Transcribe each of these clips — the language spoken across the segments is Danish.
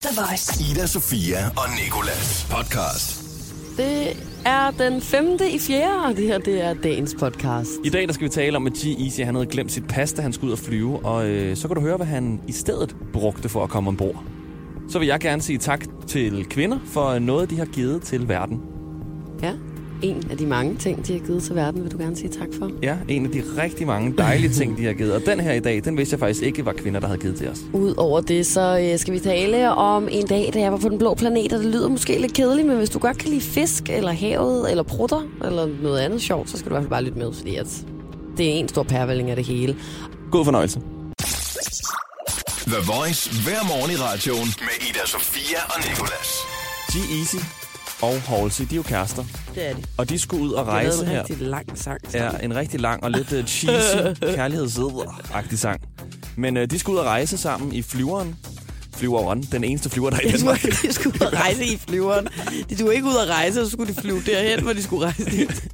The Voice. Ida, Sofia og Nikolas podcast. Det er den femte i fjerde, og det her det er dagens podcast. I dag der skal vi tale om, at G. Easy han havde glemt sit pas, da han skulle ud og flyve, og øh, så kan du høre, hvad han i stedet brugte for at komme ombord. Så vil jeg gerne sige tak til kvinder for noget, de har givet til verden. Ja, en af de mange ting, de har givet til verden, vil du gerne sige tak for. Ja, en af de rigtig mange dejlige ting, de har givet. Og den her i dag, den vidste jeg faktisk ikke var kvinder, der havde givet til os. Udover det, så øh, skal vi tale om en dag, da jeg var på den blå planet, og det lyder måske lidt kedeligt, men hvis du godt kan lide fisk, eller havet, eller prutter, eller noget andet sjovt, så skal du i hvert fald bare lytte med, fordi at det er en stor pærvælling af det hele. God fornøjelse. The Voice hver morgen i radioen med Ida, Sofia og Nikolas. G. Easy og Halsey, de er jo kærester, Det er det. og de skulle ud og Det rejse er en her. rigtig lang sang. Ja. er en rigtig lang og lidt øh, cheesy kærlighedsæder-agtig sang. Men øh, de skal ud og rejse sammen i flyveren. Flyveren, den eneste flyver, der er i De skulle, Danmark. de skulle ud og rejse i flyveren. De skulle ikke ud og rejse, og så skulle de flyve derhen, hvor de skulle rejse dit.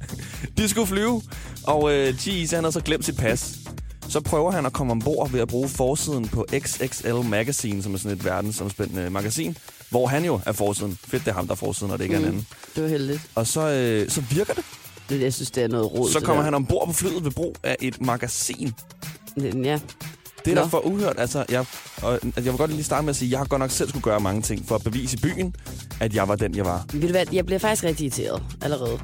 De skulle flyve, og øh, Cheese, han har så glemt sit pas. Så prøver han at komme ombord ved at bruge forsiden på XXL Magazine, som er sådan et verdensomspændende magasin, hvor han jo er forsiden. Fedt, det er ham, der er forsiden, og det ikke mm. er en anden. Det var heldigt. Og så, øh, så virker det. Det, jeg synes, det er noget råd. Så kommer han ombord på flyet ved brug af et magasin. han... Ja. Det er da Nå. for uhørt. Altså, jeg, og, altså, jeg vil godt lige starte med at sige, at jeg har godt nok selv skulle gøre mange ting for at bevise i byen, at jeg var den, jeg var. Ved du hvad, jeg bliver faktisk rigtig irriteret allerede.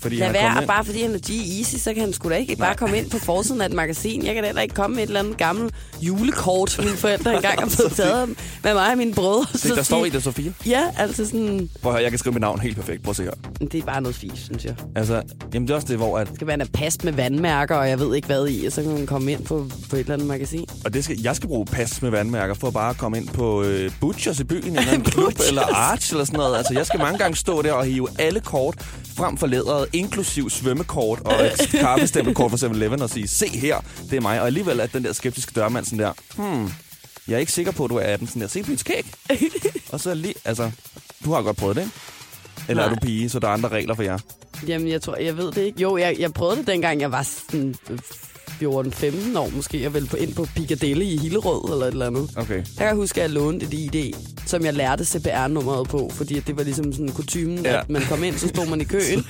Fordi Lad han kom være, og ind- bare fordi han er G-Easy, så kan han sgu da ikke bare komme ind på forsiden af et magasin. Jeg kan da heller ikke komme med et eller andet gammelt julekort, mine forældre engang har fået taget med mig og mine brødre. det, der står i det, Sofia. Ja, altså sådan... Prøv at høre, jeg kan skrive mit navn helt perfekt. Prøv at se her. Det er bare noget fis, synes jeg. Det Altså, jamen det er også det, hvor at... skal være en past med vandmærker, og jeg ved ikke hvad i, og så kan man komme ind på, på et eller andet magasin. Og det skal, jeg skal bruge pas med vandmærker for bare at komme ind på øh, Butchers i byen, eller en klub, Butchers. eller Arch, eller sådan noget. Altså, jeg skal mange gange stå der og hive alle kort frem for læderet, inklusiv svømmekort og et kaffestempelkort fra 7-Eleven og sige, se her, det er mig. Og alligevel er den der skeptiske dørmand sådan der, hmm, jeg er ikke sikker på, at du er 18. Sådan der, se på mit skæg. og så lige, altså, du har godt prøvet det, ikke? Eller Nej. er du pige, så der er andre regler for jer. Jamen, jeg tror, jeg ved det ikke. Jo, jeg, jeg prøvede det dengang, jeg var sådan 14-15 år måske. Jeg ville på, ind på Piccadilly i Hillerød eller et eller andet. Okay. Der kan jeg huske, at jeg lånte et ID, som jeg lærte CPR-nummeret på, fordi at det var ligesom sådan kutumen, ja. Ja. at man kom ind, så stod man i køen,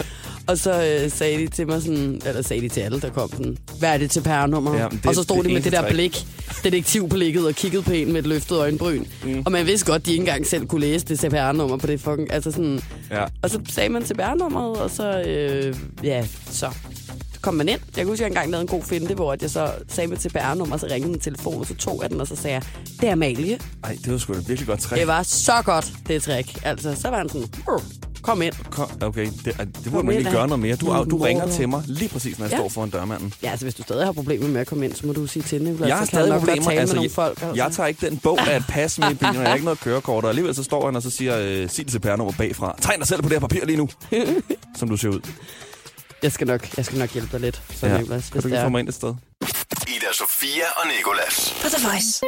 og så øh, sagde de til mig sådan, eller sagde de til alle, der kom sådan, hvad er dit CPR-nummer? Ja, Ja, men det- og så stod det de med eneste det der trick. blik, detektivblikket, og kiggede på en med et løftet øjenbryn. Mm. Og man vidste godt, de ikke engang selv kunne læse det CPR-nummer på det fucking, altså sådan, Ja. og så sagde man CPR-nummeret, og så, øh, ja, så kom man ind. Jeg kan huske, at jeg engang lavede en god finte, hvor at jeg så sagde mit CPR-nummer, og så ringede min telefon, og så tog jeg den, og så sagde jeg, det er Amalie. Ej, det var sgu da et virkelig godt trick. Det var så godt, det trick. Altså, så var han sådan, "Åh, kom ind. Kom, okay, det, ej, det burde Kom man ind, ikke gøre han- noget mere. Du, au- du Morten. ringer til mig lige præcis, når jeg Ja. ja. står foran dørmanden. Ja, altså, hvis du stadig har problemer med at komme ind, så må du sige til Nicolaj. Jeg så har skal han stadig nok godt problemer. Tale Altså, med nogle jeg, folk, altså. jeg tager ikke den bog af et pas med i bilen, og jeg har ikke noget kørekort. Og alligevel så står han, og så siger, øh, sig det CPR-nummer bagfra. Tegn dig selv på det her papir lige nu, som du ser ud. jeg, skal nok, jeg skal nok hjælpe dig lidt, så ja. Nicolaj, Kan hvis du det ikke få er. mig ind et sted? Ida, Sofia og Nikolas. På The Voice.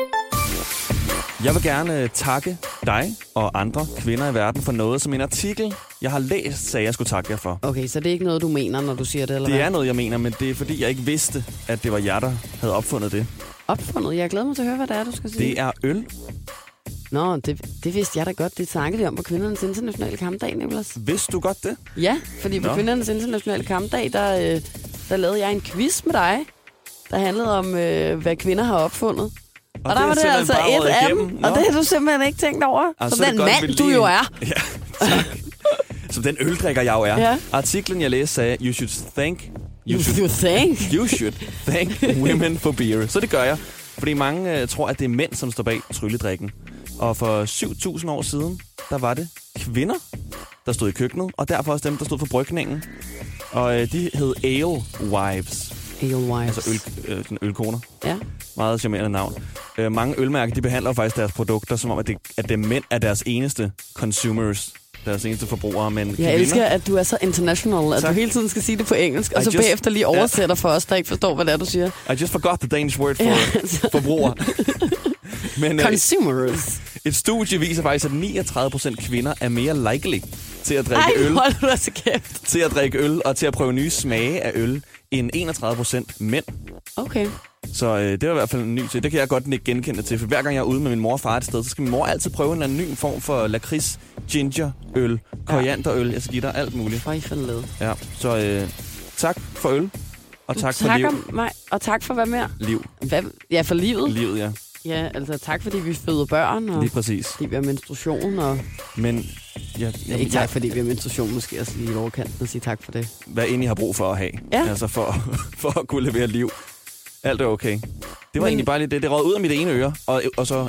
Jeg vil gerne øh, takke dig og andre kvinder i verden for noget, som en artikel, jeg har læst, sagde jeg skulle takke jer for. Okay, så det er ikke noget, du mener, når du siger det, eller Det hvad? er noget, jeg mener, men det er fordi, jeg ikke vidste, at det var jer, der havde opfundet det. Opfundet. Jeg glæder mig til at høre, hvad det er, du skal sige. Det er øl. Nå, det, det vidste jeg da godt. Det snakkede vi om på kvindernes internationale kampdag, Nicolas. Vidste du godt det? Ja, fordi på Nå. Nå. kvindernes internationale kampdag, der, øh, der lavede jeg en quiz med dig, der handlede om, øh, hvad kvinder har opfundet. Og, det og der er var det simpelthen altså bare et røget af igennem. dem, Nå. og det har du simpelthen ikke tænkt over. Ah, som så er den det godt, vi mand, du lige- jo er. Ja, tak. Som den øldrikker, jeg jo er. Ja. Ja. Artiklen, jeg læste, sagde, you should thank... You You should, think? you should thank women for beer. Så det gør jeg. Fordi mange øh, tror, at det er mænd, som står bag trylledrikken. Og for 7.000 år siden, der var det kvinder, der stod i køkkenet. Og derfor også dem, der stod for brygningen. Og øh, de hed ale wives. Alewives. Altså øl, øh, sådan ølkoner. Ja. Meget charmerende navn. Øh, mange ølmærker, de behandler faktisk deres produkter, som om, at det, at det mænd er deres eneste consumers, deres eneste forbrugere, men kvinder... Jeg elsker, at du er så international, at Tak. du hele tiden skal sige det på engelsk, og I så just- bagefter lige oversætter for os, der ikke forstår, hvad det er, du siger. I just forgot the Danish word for Ja, altså. forbruger. men øh, Consumers. et studie viser faktisk, at 39 kvinder er mere likely til at drikke Ej, øl, hold du dig så kæft. til at drikke øl og til at prøve nye smage af øl, end 31 mænd. Okay. Så øh, det var i hvert fald en ny til. Det kan jeg godt ikke genkende til, for hver gang jeg er ude med min mor og far et sted, så skal min mor altid prøve en eller anden ny form for lakrids, ginger, øl, korianderøl, jeg skal give dig alt muligt. Øj, for led. Ja, så øh, tak for øl, og tak, for tak liv. om mig, og tak for hvad mere? Liv, Hvad? Ja, for livet. livet, ja. Ja, altså tak fordi vi føder børn, og Lige præcis. fordi vi har menstruation, og Men ja, Ja, jamen, ikke tak, jeg, fordi vi har menstruation måske også lige i overkanten og sige tak for det. hvad end I har brug for at have. Ja. Altså for, for at kunne levere liv. Alt er okay. Det var Men- egentlig bare lige det. Det røg ud af mit ene øre, og, og så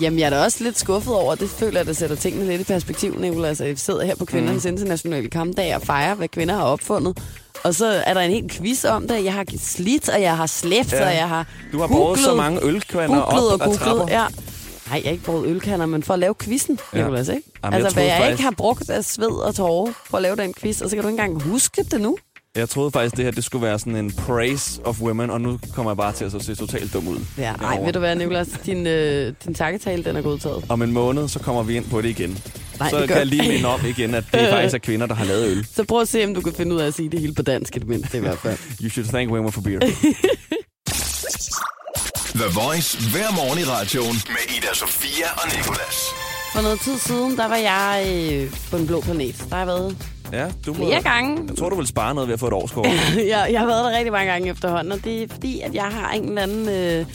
Jamen, jeg er da også lidt skuffet over, det føler jeg, det sætter tingene lidt i perspektiv, Nicolas. Altså, vi sidder her på kvindernes mm. internationale kampdag og fejrer, hvad kvinder har opfundet. Og så er der en hel quiz om det. Jeg har slidt, og jeg har slæbt, Ja. ja. og jeg har du har googlet, brugt så mange ølkvander op googlet og ad trapper. googlet. Ja. Nej, jeg har ikke brugt ølkander, men for at lave quizzen, Ja. ja. Nicolas, ikke? jeg Jamen, altså, hvad troede jeg faktisk- ikke har brugt af sved og tårer for at lave den quiz, og så kan du ikke engang huske det nu. Jeg troede faktisk, det her det skulle være sådan en praise of women, og nu kommer jeg bare til at så se totalt dum ud. Ja, nej, Derovre. ved du hvad, Nicolas, din, øh, din takketale, den er godtaget. Om en måned, så kommer vi ind på det igen. Nej, så det gør- kan jeg lige minde om igen, at det faktisk er kvinder, der har lavet øl. Så prøv at se, om du kan finde ud af at sige det hele på dansk, i det mindste i hvert fald. You should thank women for beer. The Voice hver morgen i radioen med Ida Sofia og Nicolas. For noget tid siden, der var jeg øh, på en blå planet. Der har jeg været Ja, du må... flere gange. Jeg tror, du vil spare noget ved at få et årskort. jeg, jeg har været der rigtig mange gange efterhånden, og det er fordi, at jeg har en eller anden... Øh,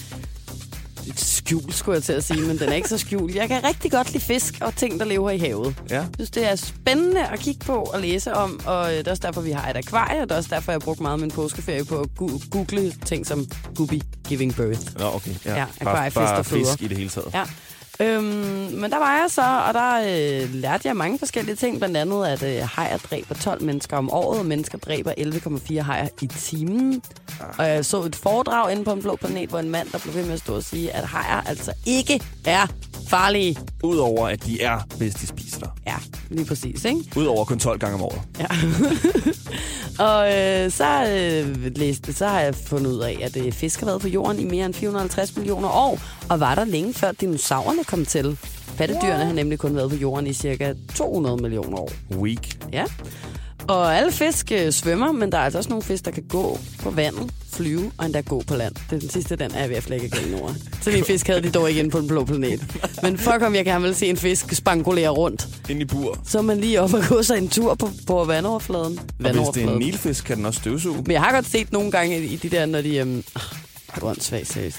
skjul, skulle jeg til at sige, men den er ikke så skjult. Jeg kan rigtig godt lide fisk og ting, der lever i havet. Ja. Jeg synes, det er spændende at kigge på og læse om, og øh, det er også derfor, vi har et akvarie, og det er også derfor, jeg har brugt meget af min påskeferie på at gu- google ting som Guppy Giving Birth. Nå, okay. Ja, bare, akvariefisk, der bare føder. fisk i det hele taget. Ja. Øhm, men der var jeg så, og der øh, lærte jeg mange forskellige ting. Blandt andet, at øh, hajer dræber 12 mennesker om året, og mennesker dræber 11,4 hajer i timen. Og jeg så et foredrag inde på en blå planet, hvor en mand, der blev ved med at stå og sige, at hajer altså ikke er farlige. Udover at de er, hvis de spiser dig. Ja, lige præcis, ikke? Udover kun 12 gange om året. Ja. og øh, så, øh, læste, så har jeg fundet ud af, at øh, fisk har været på jorden i mere end 450 millioner år, og var der længe før dinosaurerne kom til. Pattedyrene har nemlig kun været på jorden i cirka 200 millioner år. Week. Ja. Og alle fisk øh, svømmer, men der er altså også nogle fisk, der kan gå på vandet, flyve og endda gå på land. Det er den sidste, den er jeg ved at flække igen over. Så en fisk havde de dog igen på en blå planet. Men fuck om jeg gerne vil se en fisk spankulere rundt Ind i bur. så er man lige op og gå sig en tur på, på vandoverfladen. Og hvis det er en Vandoverfladen. nilfisk, kan den også støvsuge. Men jeg har godt set nogle gange i de der, når de... Øhm, Åndssvagt, seriøst.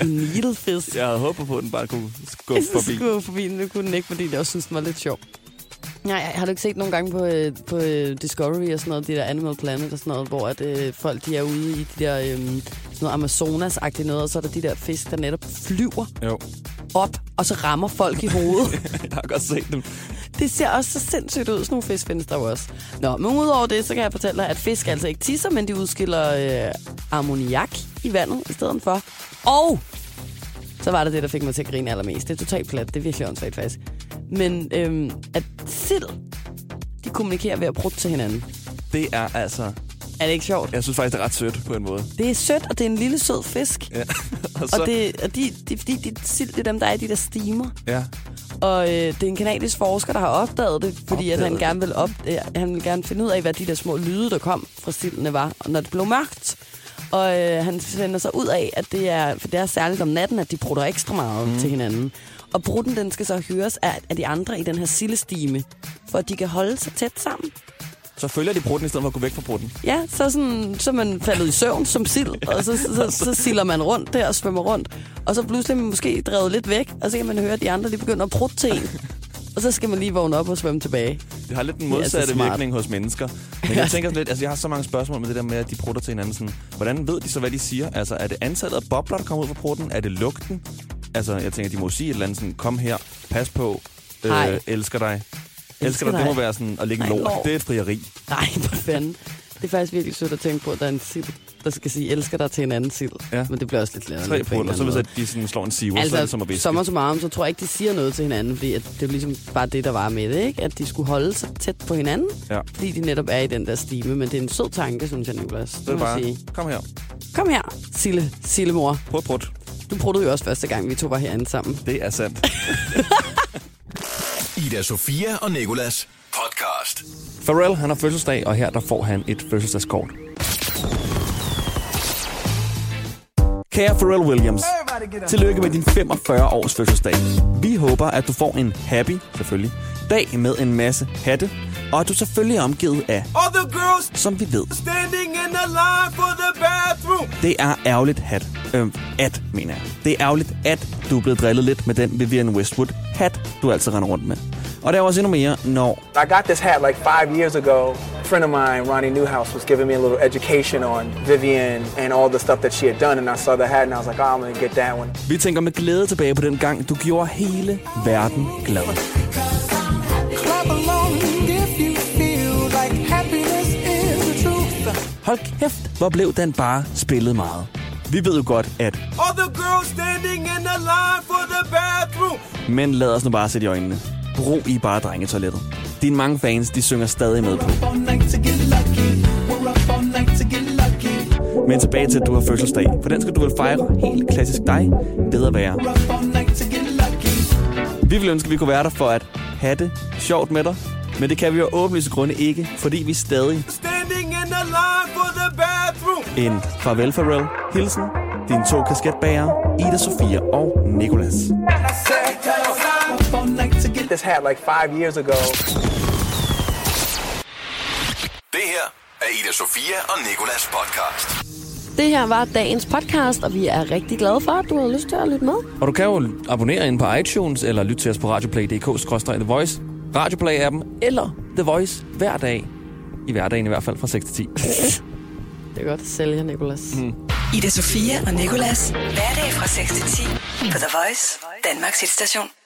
En nilfisk. Jeg havde håbet på, at den bare kunne skubbe Så forbi. skulle jeg forbi den, det kunne den ikke, fordi jeg også synes, den var lidt sjov. Nej, jeg har du ikke set nogle gange på, øh, på øh, Discovery og sådan noget, de der Animal Planet og sådan noget, hvor at, øh, folk de er ude i de der øh, sådan noget Amazonas-agtige noget, og så er der de der fisk, der netop flyver Jo, op, og så rammer folk i hovedet. jeg har godt set dem. Det ser også så sindssygt ud. Sådan nogle fisk findes der jo også. Nå, men udover det, så kan jeg fortælle dig, at fisk altså ikke tisser, men de udskiller øh, ammoniak i vandet i stedet for. Og så var det det, der fik mig til at grine allermest. Det er totalt plat. Det er virkelig åndssvagt faktisk. Men øhm, at sild, de kommunikerer ved at bruge til hinanden. Det er altså... Er det ikke sjovt? Jeg synes faktisk, det er ret sødt på en måde. Det er sødt, og det er en lille sød fisk. Ja. Og så, Og, det, og de, de, fordi de, sild, det er dem, der er i de der stimer. ja. Og øh, det er en kanadisk forsker, der har opdaget det, fordi at han, Opdaget gerne vil op, øh, han vil gerne finde ud af, hvad de der små lyde, der kom fra sildene var, når det blev mørkt. Og øh, han finder så ud af, at det er, for det er særligt om natten, at de prutter ekstra meget mm. til hinanden. Og brutten, den skal så høres af, af de andre i den her sildestime, for at de kan holde sig tæt sammen. Så følger de brutten, i stedet for at gå væk fra brutten. Ja, så, sådan, så er man faldet i søvn som sild, og så, så, så, så siller man rundt der og svømmer rundt. Og så pludselig er man måske drevet lidt væk, og så kan man høre, at de andre lige begynder at prutte til en. Og så skal man lige vågne op og svømme tilbage. Det har lidt den Det er modsatte altså ja, smart. virkning hos mennesker. Men jeg tænker sådan lidt, altså jeg har så mange spørgsmål med det der med, at de prutter til hinanden. Sådan, hvordan ved de så, hvad de siger? Altså er det antallet af bobler, der kommer ud fra prutten? Er det lugten? Altså jeg tænker, de må sige et eller andet sådan, kom her, pas på, Hej. øh, elsker dig. Elsker, dig. det må dig. være sådan at ligge en Nej, lort. lort. Det er et frieri. Nej, for fanden. Det er faktisk virkelig sødt at tænke på, at der er en sild, der skal sige, elsker dig til en anden sild. Ja. Men det bliver også lidt lært. Tre prutter, så hvis at de sådan slår en siver, altså, så er det som at viske. sommer som arm, så tror jeg ikke, de siger noget til hinanden, fordi at det er jo ligesom bare det, der var med det, ikke? At de skulle holde sig tæt på hinanden, Ja. fordi de netop er i den der stime. Men det er en sød tanke, synes jeg, Nicolas. Så er det må jeg bare, sige. kom her, Kom her, Sille, Sille mor. prut, prut. Du pruttede jo også første gang, vi to var herinde sammen. Det er sandt. Ida Sofia og Nicolas podcast. Pharrell, han har fødselsdag, og her der får han et fødselsdagskort. Kære Pharrell Williams, tillykke med din 45 års fødselsdag. Vi håber, at du får en happy, selvfølgelig, dag med en masse hatte, og at du selvfølgelig er omgivet af, All the girls som vi ved, standing in the line for the bathroom. det er ærgerligt hat. Øhm, at, mener jeg. Det er ærgerligt, at du er blevet drillet lidt med den Vivian Westwood hat, du altid render rundt med. Og der er også endnu mere, når I got this hat like five years ago. A friend of mine, Ronnie Newhouse, was giving me a little education on Vivian and all the stuff that she had done. And I saw the hat and I was like, oh, I'm going to get that one. vi tænker med glæde tilbage på den gang, du gjorde hele verden glad. Clap along if you feel like happiness is the truth. Hold kæft, hvor blev den bare spillet meget. Vi ved jo godt, at All the girls standing in the line for the bathroom. Men lad os nu bare sætte i øjnene. Brug I bare drengetoilettet. Dine mange fans, de synger stadig med på. All night to get lucky. We're up all night to get lucky. Men tilbage til, at du har fødselsdag. For den skal du vel fejre helt klassisk dig. Ved at være. Up all night to get lucky. Vi ville ønske, at vi kunne være der for at have det sjovt med dig. Men det kan vi jo af åbenlyse grunde ikke, fordi vi er stadig Standing in the line for the bathroom. en farvel farvel. Hilsen, dine to kasketbærere, Ida Sofia og Nikolas. Up all night to get This hat like five years ago. Det her er Ida Sofia og Nikolas podcast. Det her var dagens podcast, og vi er rigtig glade for, at du har lyst til at lytte med. Og du kan jo abonnere ind på iTunes, eller lytte til os på radioplay.dk-the voice, Radioplay-appen, eller The Voice hver dag. I hverdagen i hvert fald fra 6 til 10. Det er godt at sælge, Nicolas. Mm. Ida Sofia og Nikolas. Hverdag fra 6 til 10 på The Voice, Danmarks hitstation.